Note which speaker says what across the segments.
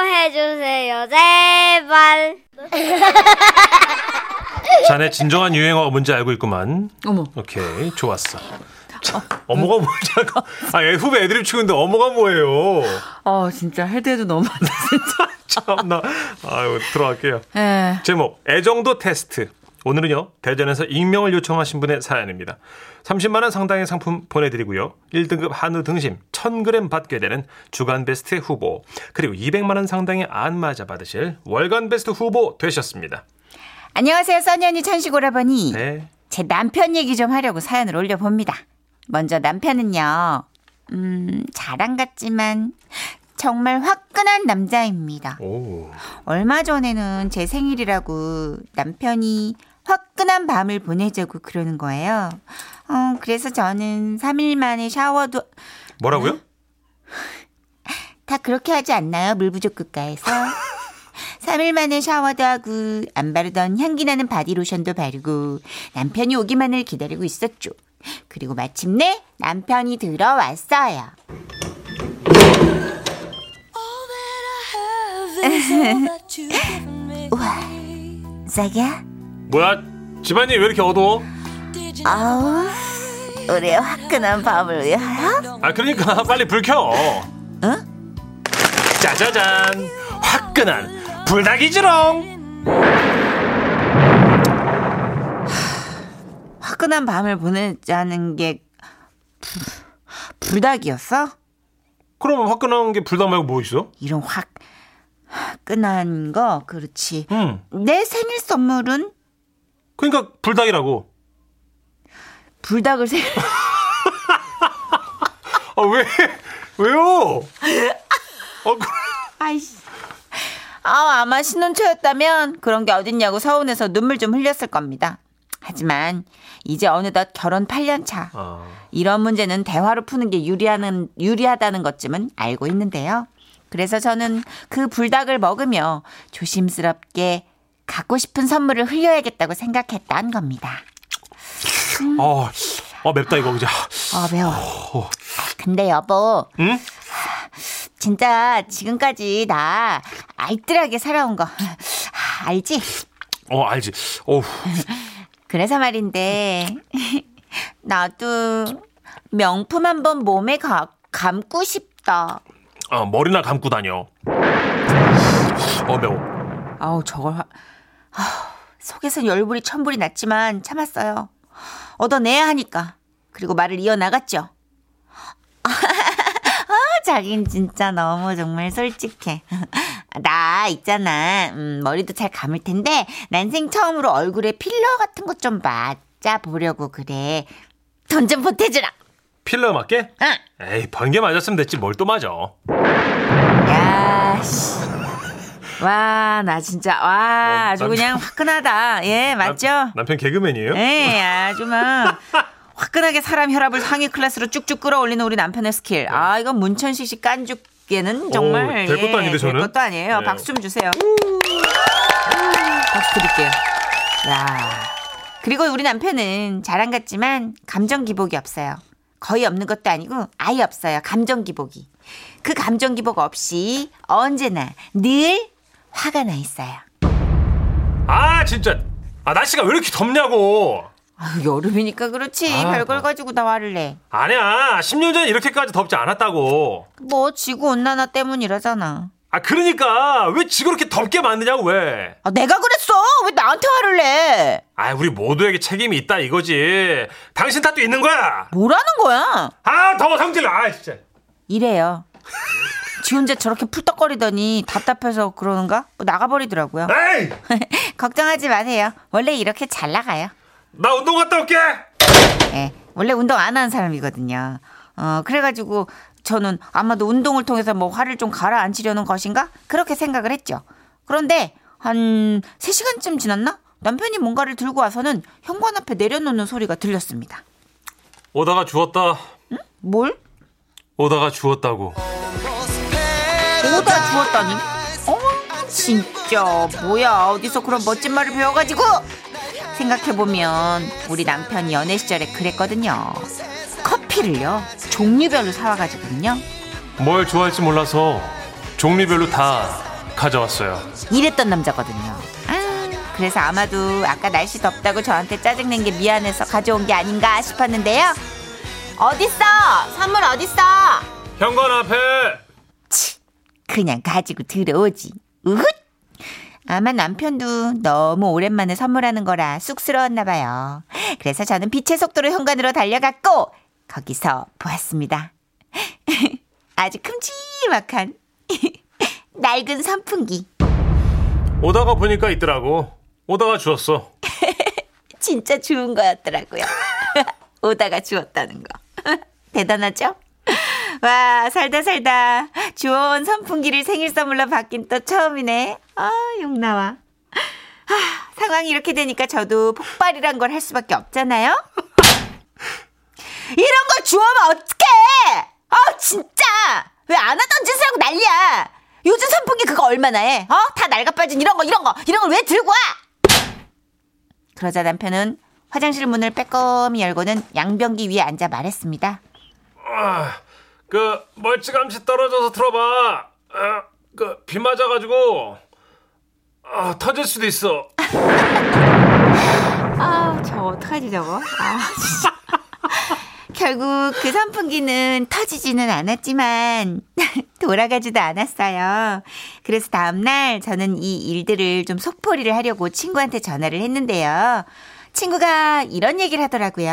Speaker 1: 해주세요, 제발.
Speaker 2: 자네 진정한 유행어가 뭔지 알고 있구만.
Speaker 3: 어머.
Speaker 2: 오케이, 좋았어. 자, 어머가 뭐냐고. 아, 얘 후배 애드립 치는데 어머가 뭐예요?
Speaker 3: 어, 진짜 헤드헤드 너무 안 돼, 진짜.
Speaker 2: 참나. 아유, 들어갈게요.
Speaker 3: 예.
Speaker 2: 제목 애정도 테스트. 오늘은요 대전에서 익명을 요청하신 분의 사연입니다. 30만 원 상당의 상품 보내드리고요. 1등급 한우 등심 1,000g 받게 되는 주간 베스트 후보 그리고 200만 원 상당의 안마자 받으실 월간 베스트 후보 되셨습니다.
Speaker 3: 안녕하세요, 써니언니 천식오라버니.
Speaker 2: 네.
Speaker 3: 제 남편 얘기 좀 하려고 사연을 올려봅니다. 먼저 남편은요, 음, 자랑 같지만, 정말 화끈한 남자입니다.
Speaker 2: 오.
Speaker 3: 얼마 전에는 제 생일이라고 남편이 화끈한 밤을 보내자고 그러는 거예요. 어, 그래서 저는 3일 만에 샤워도
Speaker 2: 뭐라고요?
Speaker 3: 다 그렇게 하지 않나요? 물부족 국가에서. 3일 만에 샤워도 하고 안 바르던 향기 나는 바디로션도 바르고 남편이 오기만을 기다리고 있었죠. 그리고 마침내 남편이 들어왔어요.
Speaker 4: 우와.
Speaker 3: 자기야,
Speaker 2: 뭐야? 집안이 왜 이렇게 어두워?
Speaker 3: 아우, 우리의 화끈한 밤을 위하여.
Speaker 2: 아 그러니까 빨리 불
Speaker 3: 어?
Speaker 2: 켜. 짜자잔 화끈한 불닭이지롱.
Speaker 3: 화끈한 밤을 보내자는 게 불, 불닭이었어?
Speaker 2: 그럼 화끈한 게 불닭 말고 뭐 있어?
Speaker 3: 이런 확 화끈한 거 그렇지.
Speaker 2: 음.
Speaker 3: 내 생일 선물은
Speaker 2: 그러니까 불닭이라고.
Speaker 3: 불닭을 생
Speaker 2: 아, 왜? 왜요? 어, 그-
Speaker 3: 아이씨. 아, 아마 신혼초였다면 그런 게 어딨냐고 서운해서 눈물 좀 흘렸을 겁니다. 하지만 이제 어느덧 결혼 8년 차. 이런 문제는 대화로 푸는 게 유리하는, 유리하다는 것쯤은 알고 있는데요. 그래서 저는 그 불닭을 먹으며 조심스럽게 갖고 싶은 선물을 흘려야겠다고 생각했던 겁니다.
Speaker 2: 어, 어, 맵다, 이거, 그죠?
Speaker 3: 어, 매워. 근데 여보,
Speaker 2: 응?
Speaker 3: 진짜 지금까지 나 알뜰하게 살아온 거 알지?
Speaker 2: 어, 알지. 어우,
Speaker 3: 그래서 말인데 나도 명품 한번 몸에 가- 감고 싶다.
Speaker 2: 아, 머리나 감고 다녀. 어, 매워.
Speaker 3: 아우 저걸 하- 아우, 속에서 열불이 천불이 났지만 참았어요. 얻어내야 하니까 그리고 말을 이어 나갔죠. 아, 자긴 진짜 너무 정말 솔직해. 나 있잖아. 음, 머리도 잘 감을 텐데 난생 처음으로 얼굴에 필러 같은 것 좀 맞자 보려고 그래. 돈 좀 보태주라.
Speaker 2: 필러 맞게?
Speaker 3: 응.
Speaker 2: 에이, 번개 맞았으면 됐지, 뭘 또 맞아. 어,
Speaker 3: 야, 씨. 와, 나 진짜, 와, 아주
Speaker 2: 남-
Speaker 3: 그냥 화끈하다. 예, 맞죠?
Speaker 2: 남, 편 개그맨이에요?
Speaker 3: 예, 아주 막. 화끈하게 사람 혈압을 상위 클래스로 쭉쭉 끌어올리는 우리 남편의 스킬. 아, 이건 문천식 씨 깐죽게는 정말.
Speaker 2: 네.
Speaker 3: 예,
Speaker 2: 오, 될 것도 아닌데, 저는?
Speaker 3: 될 것도 아니에요.
Speaker 2: 예.
Speaker 3: 박수 좀 주세요. 박수 드릴게요. 야. 그리고 우리 남편은 자랑 같지만 감정 기복이 없어요. 거의 없는 것도 아니고 아예 없어요. 감정 기복이. 그 감정 기복 없이 언제나 늘 화가 나 있어요.
Speaker 2: 아, 진짜. 아, 날씨가 왜 이렇게 덥냐고.
Speaker 3: 아유, 여름이니까 그렇지.
Speaker 2: 아,
Speaker 3: 별걸
Speaker 2: 뭐.
Speaker 3: 가지고 나 화를 내.
Speaker 2: 아니야, 10년 전 이렇게까지 덥지 않았다고.
Speaker 3: 뭐 지구 온난화 때문이라잖아.
Speaker 2: 아, 그러니까, 왜 지그렇게 덥게 만드냐고, 왜?
Speaker 3: 아, 내가 그랬어. 왜 나한테 화를 내?
Speaker 2: 아, 우리 모두에게 책임이 있다, 이거지. 당신 탓도 있는 거야!
Speaker 3: 뭐라는 거야?
Speaker 2: 아 더워 성질 나 아, 진짜
Speaker 3: 이래요. 지 혼자 저렇게 풀떡거리더니 답답해서 그러는가? 뭐 나가버리더라고요.
Speaker 2: 에이
Speaker 3: 걱정하지 마세요. 원래 이렇게 잘 나가요.
Speaker 2: 나 운동 갔다 올게
Speaker 3: 예, 원래 운동 안 하는 사람이거든요. 어, 그래가지고 저는 아마도 운동을 통해서 뭐 화를 좀 가라앉히려는 것인가? 그렇게 생각을 했죠. 그런데 한 3시간쯤 지났나? 남편이 뭔가를 들고 와서는 현관 앞에 내려놓는 소리가 들렸습니다.
Speaker 2: 오다가 주웠다
Speaker 3: 뭘?
Speaker 2: 오다가 주웠다고
Speaker 3: 오다 주었다니? 어, 진짜 뭐야 어디서 그런 멋진 말을 배워가지고 생각해보면 우리 남편이 연애 시절에 그랬거든요 커피를요 종류별로 사와가지고요
Speaker 2: 뭘 좋아할지 몰라서 종류별로 다 가져왔어요.
Speaker 3: 이랬던 남자거든요. 아, 그래서 아마도 아까 날씨 덥다고 저한테 짜증낸 게 미안해서 가져온 게 아닌가 싶었는데요. 어딨어? 선물 어딨어?
Speaker 2: 현관 앞에
Speaker 3: 그냥 가지고 들어오지. 으훗! 아마 남편도 너무 오랜만에 선물하는 거라 쑥스러웠나 봐요. 그래서 저는 빛의 속도로 현관으로 달려갔고 거기서 보았습니다. 아주 큼지막한 낡은 선풍기.
Speaker 2: 오다가 보니까 있더라고. 오다가 주웠어.
Speaker 3: 진짜 주운 거였더라고요. 오다가 주웠다는 거. 대단하죠? 와, 살다 살다. 주워온 선풍기를 생일 선물로 받긴 또 처음이네. 아, 욕 나와. 아, 상황이 이렇게 되니까 저도 폭발이란 걸 할 수밖에 없잖아요? 이런 걸 주워면 어떡해! 아, 진짜! 왜 안 하던 짓을 하고 난리야! 요즘 선풍기 그거 얼마나 해? 어? 다 낡아빠진 이런 거, 이런 거, 이런 걸 왜 들고 와! 그러자 남편은 화장실 문을 빼꼼히 열고는 양변기 위에 앉아 말했습니다.
Speaker 2: 아, 그 멀찌감치 떨어져서 들어봐. 아, 그비 맞아가지고 아, 터질 수도 있어.
Speaker 3: 아, 저 어떡하지 저거? 아, 진짜. 결국 그 선풍기는 터지지는 않았지만 돌아가지도 않았어요. 그래서 다음날 저는 이 일들을 좀 속풀이를 하려고 친구한테 전화를 했는데요. 친구가 이런 얘기를 하더라고요.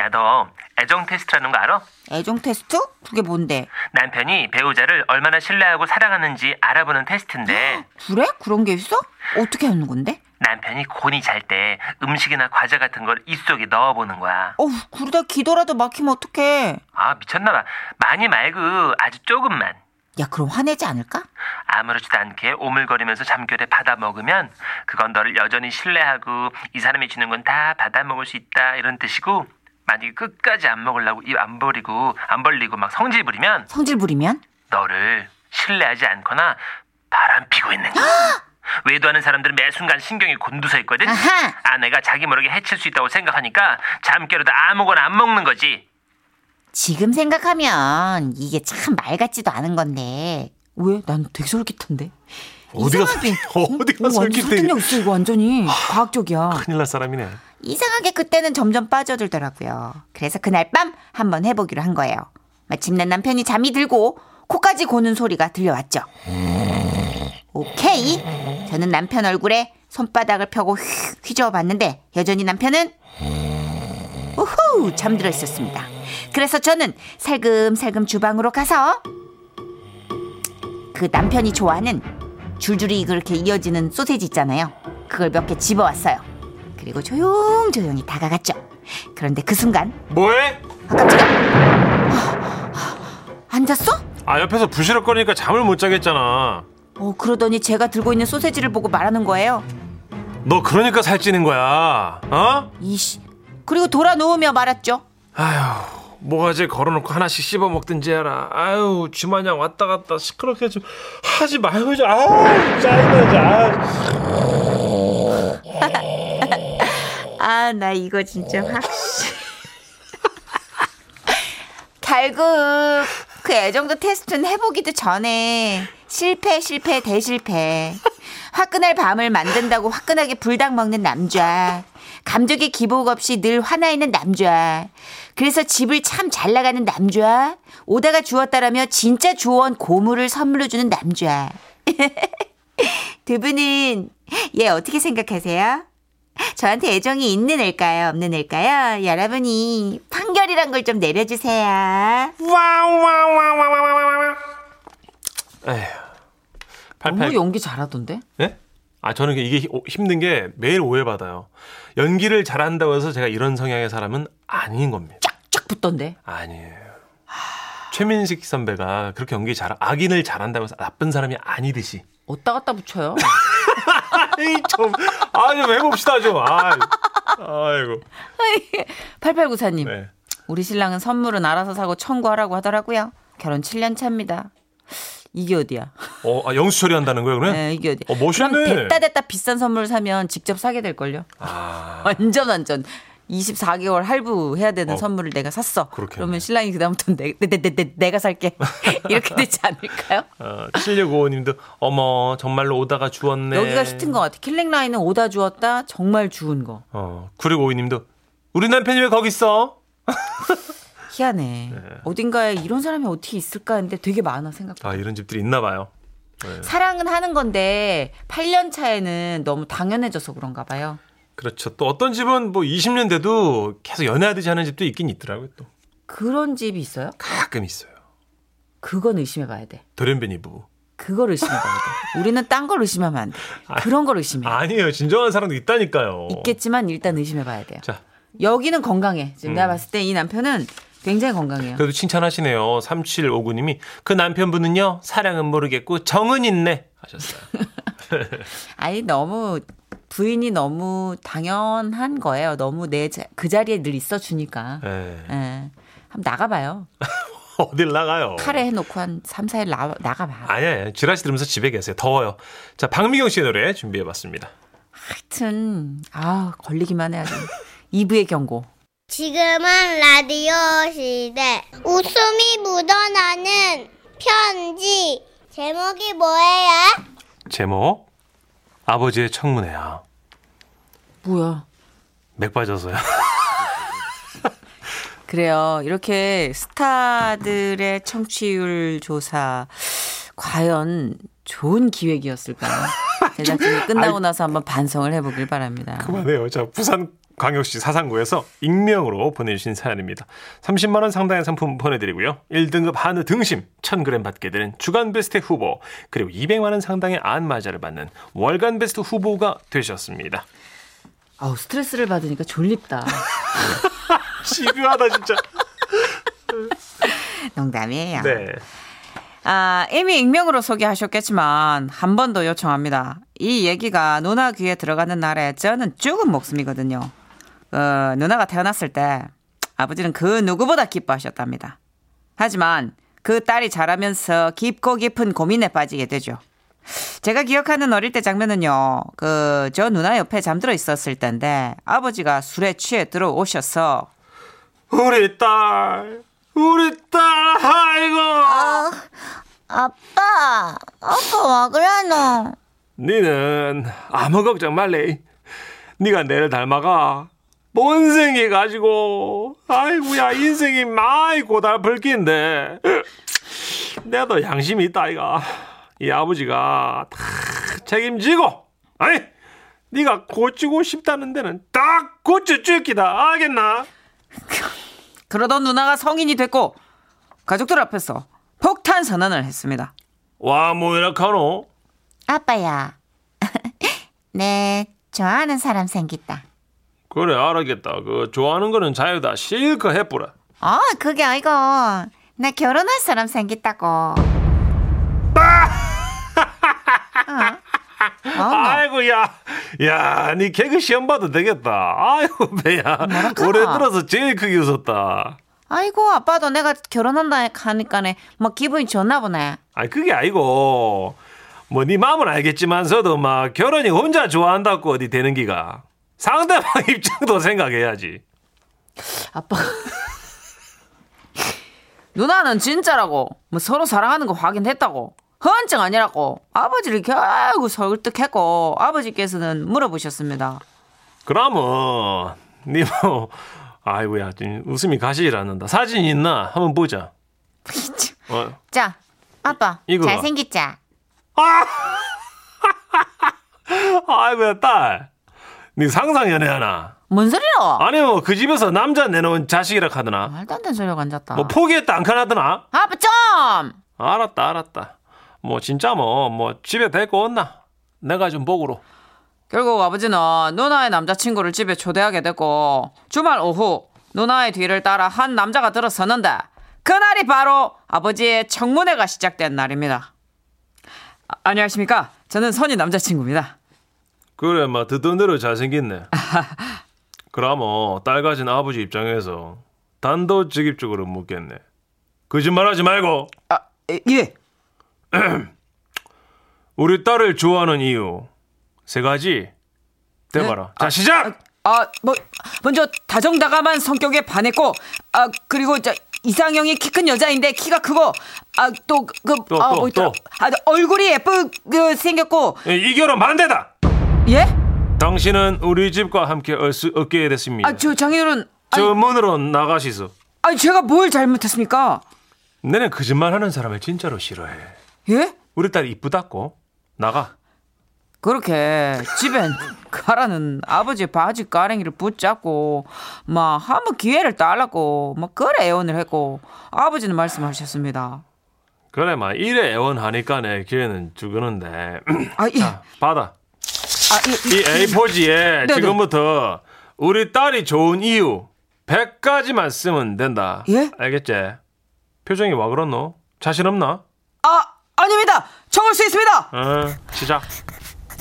Speaker 4: 야, 너 애정 테스트라는 거 알아?
Speaker 3: 애정 테스트? 그게 뭔데?
Speaker 4: 남편이 배우자를 얼마나 신뢰하고 사랑하는지 알아보는 테스트인데
Speaker 3: 그래? 그런 게 있어? 어떻게 하는 건데?
Speaker 4: 남편이 곤이 잘 때 음식이나 과자 같은 걸 입속에 넣어보는 거야.
Speaker 3: 어우, 그러다 기도라도 막히면 어떡해.
Speaker 4: 아, 미쳤나봐. 많이 말고 아주 조금만.
Speaker 3: 야, 그럼 화내지 않을까?
Speaker 4: 아무렇지도 않게 오물거리면서 잠결에 받아 먹으면 그건 너를 여전히 신뢰하고 이 사람이 주는 건 다 받아 먹을 수 있다 이런 뜻이고 만약에 끝까지 안 먹으려고 입 안 벌리고 안 벌리고 막 성질 부리면
Speaker 3: 성질 부리면?
Speaker 4: 너를 신뢰하지 않거나 바람피고 있는 거야. 외도하는 사람들은 매 순간 신경이 곤두서 있거든.
Speaker 3: 아하.
Speaker 4: 아내가 자기 모르게 해칠 수 있다고 생각하니까 잠깨로도 아무거나 안 먹는 거지.
Speaker 3: 지금 생각하면 이게 참 말 같지도 않은 건데. 왜? 난 되게 솔깃한데.
Speaker 2: 어디가
Speaker 3: 이상하게.
Speaker 2: 솔- 어디가
Speaker 3: 어, 완전
Speaker 2: 솔깃해.
Speaker 3: 설득력 있어 이거 완전히 과학적이야.
Speaker 2: 큰일 날 사람이네.
Speaker 3: 이상하게 그때는 점점 빠져들더라고요. 그래서 그날 밤 한번 해보기로 한 거예요. 마침내 남편이 잠이 들고 코까지 고는 소리가 들려왔죠. 오케이. 저는 남편 얼굴에 손바닥을 펴고 휙 휘저어봤는데 여전히 남편은 우후 잠들어 있었습니다. 그래서 저는 살금살금 주방으로 가서 그 남편이 좋아하는 줄줄이 그렇게 이어지는 소세지 있잖아요. 그걸 몇 개 집어왔어요. 그리고 조용조용히 다가갔죠. 그런데 그 순간
Speaker 2: 뭐해?
Speaker 3: 아 깜짝이야. 아, 아, 안 잤어?
Speaker 2: 아 옆에서 부시럭거리니까 잠을 못 자겠잖아.
Speaker 3: 어 그러더니 제가 들고 있는 소세지를 보고 말하는 거예요.
Speaker 2: 너 그러니까 살찌는 거야. 어?
Speaker 3: 이씨. 그리고 돌아 누우며 말았죠.
Speaker 2: 아휴 모가지 걸어놓고 하나씩 씹어 먹든지 해라. 아유 주마냥 왔다 갔다 시끄럽게 좀 하지 말고 좀. 아유 짜증나자.
Speaker 3: 아, 나 이거 진짜 확실. 결국 그 애정도 테스트는 해보기도 전에 실패, 실패, 대실패. 화끈할 밤을 만든다고 화끈하게 불닭 먹는 남자. 감정의 기복 없이 늘 화나 있는 남자. 그래서 집을 참 잘 나가는 남자. 오다가 주웠다라며 진짜 주워온 고물을 선물로 주는 남자. 두 분은 얘 어떻게 생각하세요? 저한테 애정이 있는 애일까요? 없는 애일까요? 여러분이 판결이란 걸 좀 내려주세요.
Speaker 2: 와와와와와와와. 에휴. 팔팔.
Speaker 3: 뭐 연기 잘하던데?
Speaker 2: 예? 아 저는 이게 히- 오- 힘든 게 매일 오해받아요. 연기를 잘한다고 해서 제가 이런 성향의 사람은 아닌 겁니다.
Speaker 3: 쫙 붙던데?
Speaker 2: 아니에요. 최민식 선배가 그렇게 연기 잘 악인을 잘한다고 해서 나쁜 사람이 아니듯이.
Speaker 3: 어디다 갖다 붙여요?
Speaker 2: 에이 좀 아니 좀 해봅시다 좀. 아, 아이고.
Speaker 3: 8894님.
Speaker 2: 네.
Speaker 3: 우리 신랑은 선물은 알아서 사고 청구하라고 하더라고요. 결혼 7년 차입니다. 이게 어디야?
Speaker 2: 어 아, 영수 처리한다는 거예요 그러면?
Speaker 3: 에, 이게 어디야?
Speaker 2: 어 멋있네.
Speaker 3: 그럼 됐다 됐다 비싼 선물 사면 직접 사게 될걸요?
Speaker 2: 아,
Speaker 3: 완전 완전 24개월 할부해야 되는
Speaker 2: 어,
Speaker 3: 선물을 내가 샀어.
Speaker 2: 그렇겠네.
Speaker 3: 그러면 신랑이 그다음부터 내, 내, 내, 내, 내가 살게. 이렇게 되지 않을까요?
Speaker 2: 어, 7655님도 어머 정말로 오다가 주웠네.
Speaker 3: 여기가 싫은 것 같아. 킬링 라인은 오다 주었다 정말 주운 거.
Speaker 2: 어, 9652님도 우리 남편이 왜 거기 있어?
Speaker 3: 희한해.
Speaker 2: 네.
Speaker 3: 어딘가에 이런 사람이 어떻게 있을까 했는데 되게 많아 생각.
Speaker 2: 아 이런 집들이 있나 봐요. 네.
Speaker 3: 사랑은 하는 건데 8년 차에는 너무 당연해져서 그런가 봐요.
Speaker 2: 그렇죠. 또 어떤 집은 뭐 20년 돼도 계속 연애하듯이 하는 집도 있긴 있더라고요. 또
Speaker 3: 그런 집이 있어요?
Speaker 2: 가끔 있어요.
Speaker 3: 그건 의심해 봐야 돼.
Speaker 2: 돌연변이 부부.
Speaker 3: 그걸 의심해 봐야 돼. 우리는 딴 걸 의심하면 안 돼. 그런 걸 의심해.
Speaker 2: 아, 아니에요. 어. 진정한 사람도 있다니까요.
Speaker 3: 네. 있겠지만 일단 의심해 봐야 돼요.
Speaker 2: 자,
Speaker 3: 여기는 건강해. 지금
Speaker 2: 음.
Speaker 3: 내가 봤을 때 이 남편은 굉장히 건강해요.
Speaker 2: 그래도 칭찬하시네요. 3759님이 그 남편분은요 사랑은 모르겠고 정은 있네 하셨어요.
Speaker 3: 아니 너무 부인이 너무 당연한 거예요. 너무 내 그 자리에 늘 있어 주니까. 예.
Speaker 2: 네.
Speaker 3: 한번 나가봐요.
Speaker 2: 어딜 나가요?
Speaker 3: 카레 해놓고 한 3, 4일 나, 나가봐.
Speaker 2: 아니야, 아니야. 지라시 들으면서 집에 계세요. 더워요. 자, 박미경 씨의 노래 준비해봤습니다.
Speaker 3: 하여튼, 아, 걸리기만 해야지. 2부의 경고.
Speaker 1: 지금은 라디오 시대. 웃음이 묻어나는 편지. 제목이 뭐예요?
Speaker 2: 제목 아버지의 청문회야.
Speaker 3: 뭐야.
Speaker 2: 맥 빠져서요.
Speaker 3: 그래요. 이렇게 스타들의 청취율 조사, 과연 좋은 기획이었을까요? 제작진이 끝나고 나서 한번 반성을 해보길 바랍니다.
Speaker 2: 그만해요. 자, 부산 광역시 사상구에서 익명으로 보내주신 사연입니다. 30만 원 상당의 상품 보내드리고요. 1등급 한우 등심 1,000g 받게 되는 주간 베스트 후보 그리고 200만 원 상당의 안마자를 받는 월간 베스트 후보가 되셨습니다.
Speaker 3: 아우, 스트레스를 받으니까 졸립다.
Speaker 2: 집요하다 진짜.
Speaker 3: 농담이에요.
Speaker 2: 네.
Speaker 3: 아, 이미 익명으로 소개하셨겠지만 한 번 더 요청합니다. 이 얘기가 누나 귀에 들어가는 날에 저는 죽은 목숨이거든요. 어, 누나가 태어났을 때 아버지는 그 누구보다 기뻐하셨답니다. 하지만 그 딸이 자라면서 깊고 깊은 고민에 빠지게 되죠. 제가 기억하는 어릴 때 장면은요, 그, 저 누나 옆에 잠들어 있었을 때인데, 아버지가 술에 취해 들어오셔서,
Speaker 2: 우리 딸, 우리 딸, 아이고.
Speaker 1: 아빠, 아빠 왜 그러노?
Speaker 2: 니는 아무 걱정 말래. 니가 내를 닮아가. 본생이 가지고 아이고야 인생이 많이 고달플 긴데 내도 양심이 있다 이가 이 아버지가 다 책임지고 아니 니가 고치고 싶다는 데는 딱 고쳐줄 기다 알겠나?
Speaker 3: 그러던 누나가 성인이 됐고 가족들 앞에서 폭탄 선언을 했습니다.
Speaker 2: 와 뭐이라카노
Speaker 1: 아빠야. 네, 좋아하는 사람 생겼다.
Speaker 2: 그래 알겠다 그 좋아하는 거는 자유다 실컷 해보라
Speaker 1: 어, 그게 아이고. 나 결혼할 사람 생겼다고.
Speaker 3: 어? 어, 뭐.
Speaker 2: 아이고야, 야, 니 개그 시험 봐도 되겠다. 아이고 배야, 올해 들어서 제일 크게 웃었다.
Speaker 3: 아이고 아빠도 내가 결혼한다 하니까네 막 기분이 좋나 보네.
Speaker 2: 아 그게 아니고, 뭐니 마음은 알겠지만서도 막 결혼이 혼자 좋아한다고 어디 되는 기가 상대방 입장도 생각해야지.
Speaker 3: 아빠 누나는 진짜라고 뭐 서로 사랑하는 거 확인했다고 허언증 아니라고 아버지를 결국 설득했고 아버지께서는 물어보셨습니다.
Speaker 2: 그러면 니뭐 아이고야, 지금 웃음이 가시질 않는다. 사진 있나? 한번 보자. 어,
Speaker 1: 자, 아빠.
Speaker 2: 이거.
Speaker 1: 잘생겼자.
Speaker 2: 아이고야 딸, 니 상상 연애하나?
Speaker 3: 뭔 소리로?
Speaker 2: 아니 뭐 그 집에서 남자 내놓은 자식이라 하더나.
Speaker 3: 말도 안 되는 소리가 앉았다.
Speaker 2: 뭐 포기했다 안 칸하더나? 아,
Speaker 3: 아빠 좀!
Speaker 2: 알았다 알았다. 뭐 진짜 뭐 뭐 집에 데리고 온나? 내가 좀 보고로.
Speaker 3: 결국 아버지는 누나의 남자친구를 집에 초대하게 됐고 주말 오후 누나의 뒤를 따라 한 남자가 들어섰는데 그날이 바로 아버지의 청문회가 시작된 날입니다. 아, 안녕하십니까? 저는 선희 남자친구입니다.
Speaker 2: 그래 뭐 듣던 대로 잘생겼네. 그러면 딸 가진 아버지 입장에서 단도직입적으로 묻겠네. 거짓말하지 말고
Speaker 3: 아, 예. 네?
Speaker 2: 우리 딸을 좋아하는 이유 세 가지 대봐라. 자 시작.
Speaker 3: 아, 뭐 먼저 다정다감한 성격에 반했고, 아 그리고 저 이상형이 키 큰 여자인데 키가 크고, 아 또
Speaker 2: 또,
Speaker 3: 그아
Speaker 2: 또,
Speaker 3: 뭐 있더라?
Speaker 2: 또.
Speaker 3: 아 얼굴이 예쁘게 생겼고,
Speaker 2: 이 결혼 반대다.
Speaker 3: 예?
Speaker 2: 당신은 우리 집과 함께 올 수 없게 됐습니다.
Speaker 3: 아 저 장인어른, 아니,
Speaker 2: 저 문으로 나가시소.
Speaker 3: 아니 제가 뭘 잘못했습니까?
Speaker 2: 내는 거짓말하는 사람을 진짜로 싫어해.
Speaker 3: 예?
Speaker 2: 우리 딸 이쁘다고 나가.
Speaker 3: 그렇게 집엔 가라는 아버지 바지 가랭이를 붙잡고 막 한번 기회를 달라고 막 그래 애원을 했고 아버지는 말씀하셨습니다.
Speaker 2: 그래 마 이래 애원하니까 내 기회는 주는데
Speaker 3: 아 예.
Speaker 2: 자, 받아.
Speaker 3: 아, 예,
Speaker 2: 이 뭐- A4지에
Speaker 3: 네.
Speaker 2: 지금부터 우리 딸이 좋은 이유 100가지만 쓰면 된다.
Speaker 3: 예?
Speaker 2: 알겠지? 표정이 와 그렇노? 자신 없나?
Speaker 3: 아 아닙니다. 적을 수 있습니다.
Speaker 2: 어, 시작.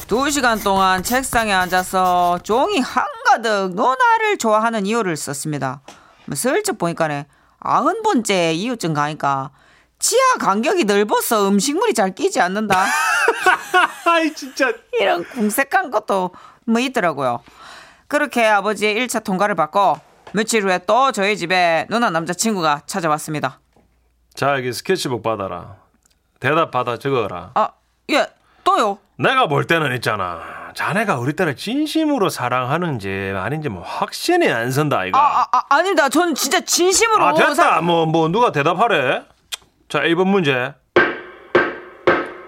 Speaker 3: 두 시간 동안 책상에 앉아서 종이 한가득 누나를 좋아하는 이유를 썼습니다. 뭐 슬쩍 보니까네 아흔 번째 이유증 가니까 치아 간격이 넓어서 음식물이 잘 끼지 않는다.
Speaker 2: 아이 진짜.
Speaker 3: 이런 궁색한 것도 뭐 있더라고요. 그렇게 아버지의 1차 통과를 받고 며칠 후에 또 저희 집에 누나 남자친구가 찾아왔습니다.
Speaker 2: 자 여기 스케치북 받아라. 대답 받아 적어라.
Speaker 3: 아, 예, 또요.
Speaker 2: 내가 볼 때는 있잖아. 자네가 우리 딸을 진심으로 사랑하는지 아닌지 뭐 확신이 안 선다 이거.
Speaker 3: 아, 아, 아, 닙니다전 진짜 진심으로.
Speaker 2: 아
Speaker 3: 사-
Speaker 2: 됐다 뭐 뭐 누가 대답하래 자 1번 문제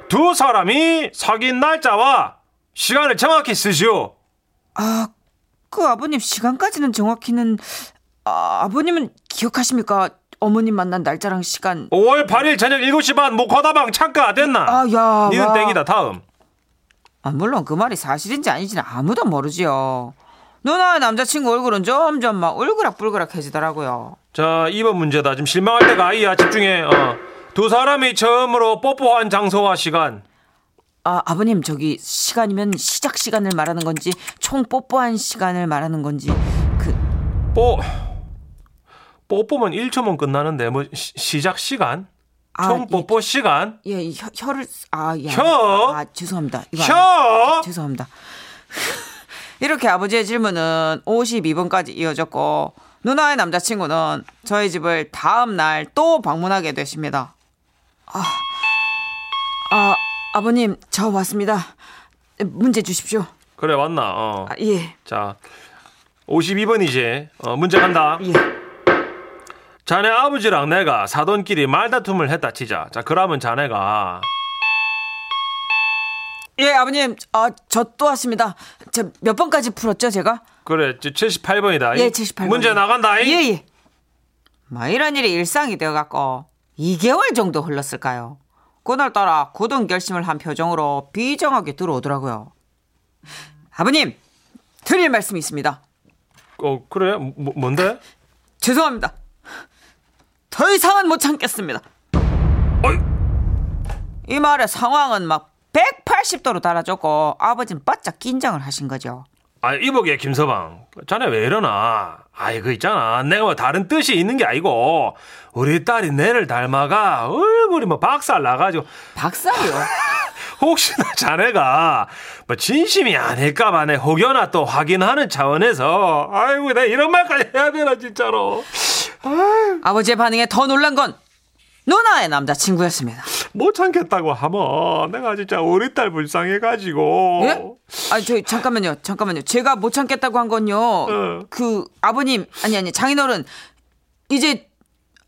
Speaker 2: 두 사람이 사귄 날짜와 시간을 정확히 쓰시오
Speaker 3: 그 아버님 시간까지는 정확히는 아, 아버님은 기억하십니까? 어머님 만난 날짜랑 시간.
Speaker 2: 5월 8일 저녁 7시 반 목화다방 창가 됐나
Speaker 3: 아, 야,
Speaker 2: 니는
Speaker 3: 와.
Speaker 2: 땡이다 다음
Speaker 3: 아, 물론 그 말이 사실인지 아닌지는 아무도 모르지요. 누나 남자친구 얼굴은 점점 막 울그락불그락해지더라고요.
Speaker 2: 자 2번 문제다 지금 실망할 때가 아니야 집중해 어. 두 사람이 처음으로 뽀뽀한 장소와 시간
Speaker 3: 아, 아버님 저기 시간이면 시작 시간을 말하는 건지 총 뽀뽀한 시간을 말하는 건지 그
Speaker 2: 뽀 뽀뽀면 1초면 끝나는데 뭐 시, 시작 시간
Speaker 3: 아,
Speaker 2: 총
Speaker 3: 이-
Speaker 2: 뽀뽀 시간
Speaker 3: 예, 이 혀, 혀를 아, 예.
Speaker 2: 혀?
Speaker 3: 아, 죄송합니다. 이거 안-
Speaker 2: 혀
Speaker 3: 죄송합니다. 이렇게 아버지의 질문은 52번까지 이어졌고 누나의 남자친구는 저희 집을 다음 날 또 방문하게 되십니다. 아, 아 아버님 저 왔습니다. 문제 주십시오.
Speaker 2: 그래 왔나 어.
Speaker 3: 아, 예,
Speaker 2: 자, 52번이지. 어, 문제 간다.
Speaker 3: 예.
Speaker 2: 자네 아버지랑 내가 사돈끼리 말다툼을 했다 치자. 자, 그러면 자네가
Speaker 3: 예, 아버님, 아, 저 또 왔습니다. 저 몇 번까지 풀었죠, 제가?
Speaker 2: 그래, 78번이다.
Speaker 3: 예, 78번.
Speaker 2: 문제 나간다.
Speaker 3: 예, 예. 뭐 이런 일이 일상이 되어갖고 2개월 정도 흘렀을까요? 그날따라 굳은 결심을 한 표정으로 비정하게 들어오더라고요. 아버님, 드릴 말씀이 있습니다.
Speaker 2: 어, 그래? 뭐, 뭔데?
Speaker 3: 죄송합니다. 더 이상은 못 참겠습니다.
Speaker 2: 어이.
Speaker 3: 이 말에 상황은 막 180도로 달아졌고 아버지는 바짝 긴장을 하신 거죠.
Speaker 2: 아, 이보게 김서방. 자네 왜 이러나? 아이, 그 있잖아. 내가 뭐 다른 뜻이 있는 게 아니고 우리 딸이 내를 닮아가 얼굴이 뭐 박살 나가지고
Speaker 3: 박살이요.
Speaker 2: 혹시나 자네가 뭐 진심이 아닐까봐 내 혹여나 또 확인하는 차원에서 아이고 내 이런 말까지 해야 되나 진짜로
Speaker 3: 아버지의 반응에 더 놀란 건 누나의 남자친구였습니다.
Speaker 2: 못 참겠다고 하면 내가 진짜 우리 딸 불쌍해가지고
Speaker 3: 예? 아, 저 잠깐만요. 잠깐만요. 제가 못 참겠다고 한 건요.
Speaker 2: 응.
Speaker 3: 그 아버님 아니 아니 장인어른 이제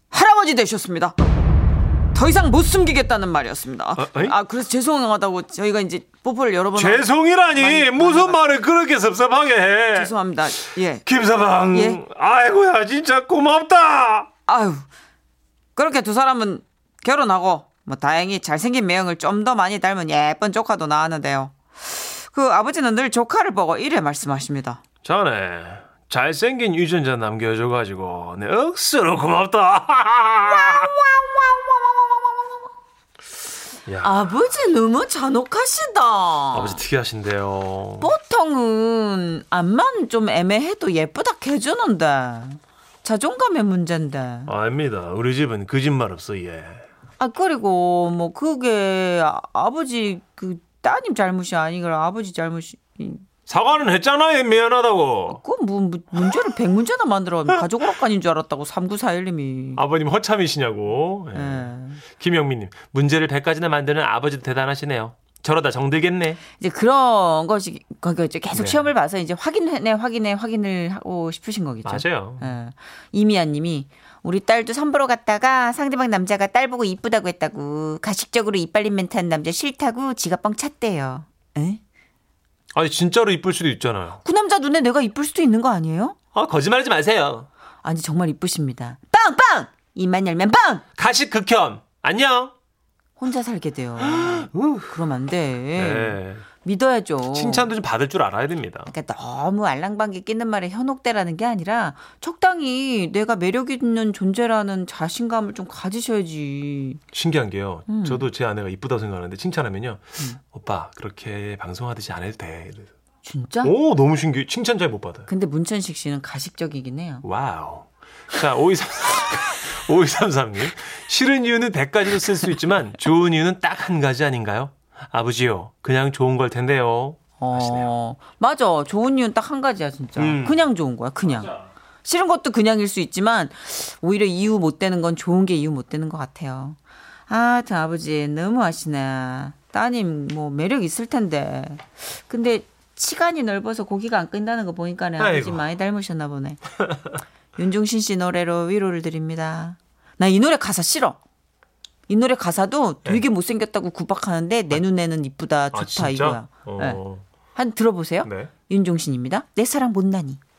Speaker 3: 할아버지 되셨습니다. 더 이상 못 숨기겠다는 말이었습니다.
Speaker 2: 어, 어이?
Speaker 3: 아, 그래서 죄송하다고 저희가 이제 뽀뽀를 여러 번 하고-
Speaker 2: 죄송이라니
Speaker 3: 많이-
Speaker 2: 무슨
Speaker 3: 많이
Speaker 2: 말을 그렇게 섭섭하게 해
Speaker 3: 죄송합니다. 예.
Speaker 2: 김서방
Speaker 3: 예?
Speaker 2: 아이고야 진짜 고맙다
Speaker 3: 아유. 그렇게 두 사람은 결혼하고 뭐 다행히 잘생긴 매형을 좀 더 많이 닮은 예쁜 조카도 낳았는데요. 그 아버지는 늘 조카를 보고 이래 말씀하십니다.
Speaker 2: 자네 잘생긴 유전자 남겨줘가지고 내 억수로 고맙다 야,
Speaker 3: 아버지 너무 잔혹하시다.
Speaker 2: 아버지 특이하신데요
Speaker 3: 보통은 안만 좀 애매해도 예쁘다 해주는데 자존감의 문제인데.
Speaker 2: 아닙니다. 우리 집은 거짓말 없어, 예.
Speaker 3: 아 그리고 뭐 그게 아- 아버지 그 따님 잘못이 아니라 아버지 잘못이
Speaker 2: 사과는 했잖아요. 미안하다고.
Speaker 3: 그 뭐, 문- 문제를 백문제나 만들어 가족 오락관인 줄 알았다고 3941님이.
Speaker 2: 아버님 허참이시냐고. 예.
Speaker 3: 네.
Speaker 2: 김영민님 문제를 100가지나 만드는 아버지도 대단하시네요. 저러다 정들겠네.
Speaker 3: 이제 그런 것이 그러니까 이제 계속
Speaker 2: 네.
Speaker 3: 시험을 봐서 이제 확인해 확인해 확인을 하고 싶으신 거겠죠.
Speaker 2: 맞아요.
Speaker 3: 예. 이미아님이
Speaker 5: 우리 딸도 선보러 갔다가 상대방 남자가 딸 보고 이쁘다고 했다고 가식적으로 이빨린 멘트한 남자 싫다고 지가 뻥 찼대요.
Speaker 3: 에?
Speaker 2: 아니 진짜로 이쁠 수도 있잖아요.
Speaker 3: 그 남자 눈에 내가 이쁠 수도 있는 거 아니에요?
Speaker 2: 아 거짓말하지 마세요.
Speaker 3: 아니 정말 이쁘십니다.
Speaker 5: 빵빵! 입만 열면 빵!
Speaker 2: 가식 극혐. 안녕.
Speaker 3: 혼자 살게 돼요. 그럼 안 돼.
Speaker 2: 예.
Speaker 3: 네. 믿어야죠.
Speaker 2: 칭찬도 좀 받을 줄 알아야 됩니다.
Speaker 3: 그러니까 너무 알랑방귀 끼는 말에 현혹되라는 게 아니라 적당히 내가 매력 있는 존재라는 자신감을 좀 가지셔야지.
Speaker 2: 신기한 게요. 저도 제 아내가 이쁘다고 생각하는데 칭찬하면요. 오빠 그렇게 방송하듯이 안 해도 돼. 이래서.
Speaker 3: 진짜?
Speaker 2: 오 너무 신기해. 칭찬 잘 못 받아요.
Speaker 3: 근데 문천식 씨는 가식적이긴 해요.
Speaker 2: 와우. 자, 5233. 5233님. 싫은 이유는 100가지로 쓸 수 있지만 좋은 이유는 딱 한 가지 아닌가요? 아버지요. 그냥 좋은 걸 텐데요. 하시네요.
Speaker 3: 어, 맞아. 좋은 이유는 딱 한 가지야, 진짜.
Speaker 2: 음.
Speaker 3: 그냥 좋은 거야, 그냥. 싫은 것도 그냥일 수 있지만, 오히려 이유 못 되는 건 좋은 게 이유 못 되는 것 같아요. 아, 저 아버지, 너무하시네. 따님, 뭐, 매력 있을 텐데. 근데, 치간이 넓어서 고기가 안 끈다는 거 보니까 는 아버지
Speaker 2: 아이고.
Speaker 3: 많이 닮으셨나 보네. 윤종신 씨 노래로 위로를 드립니다. 나 이 노래 가사 싫어. 이 노래 가사도
Speaker 2: 네.
Speaker 3: 되게 못생겼다고 구박하는데 내 눈에는 이쁘다 좋다 이거야.
Speaker 2: 아. 어,
Speaker 3: 아, 네. 한 들어보세요.
Speaker 2: 네.
Speaker 3: 윤종신입니다. 내 사랑 못나니.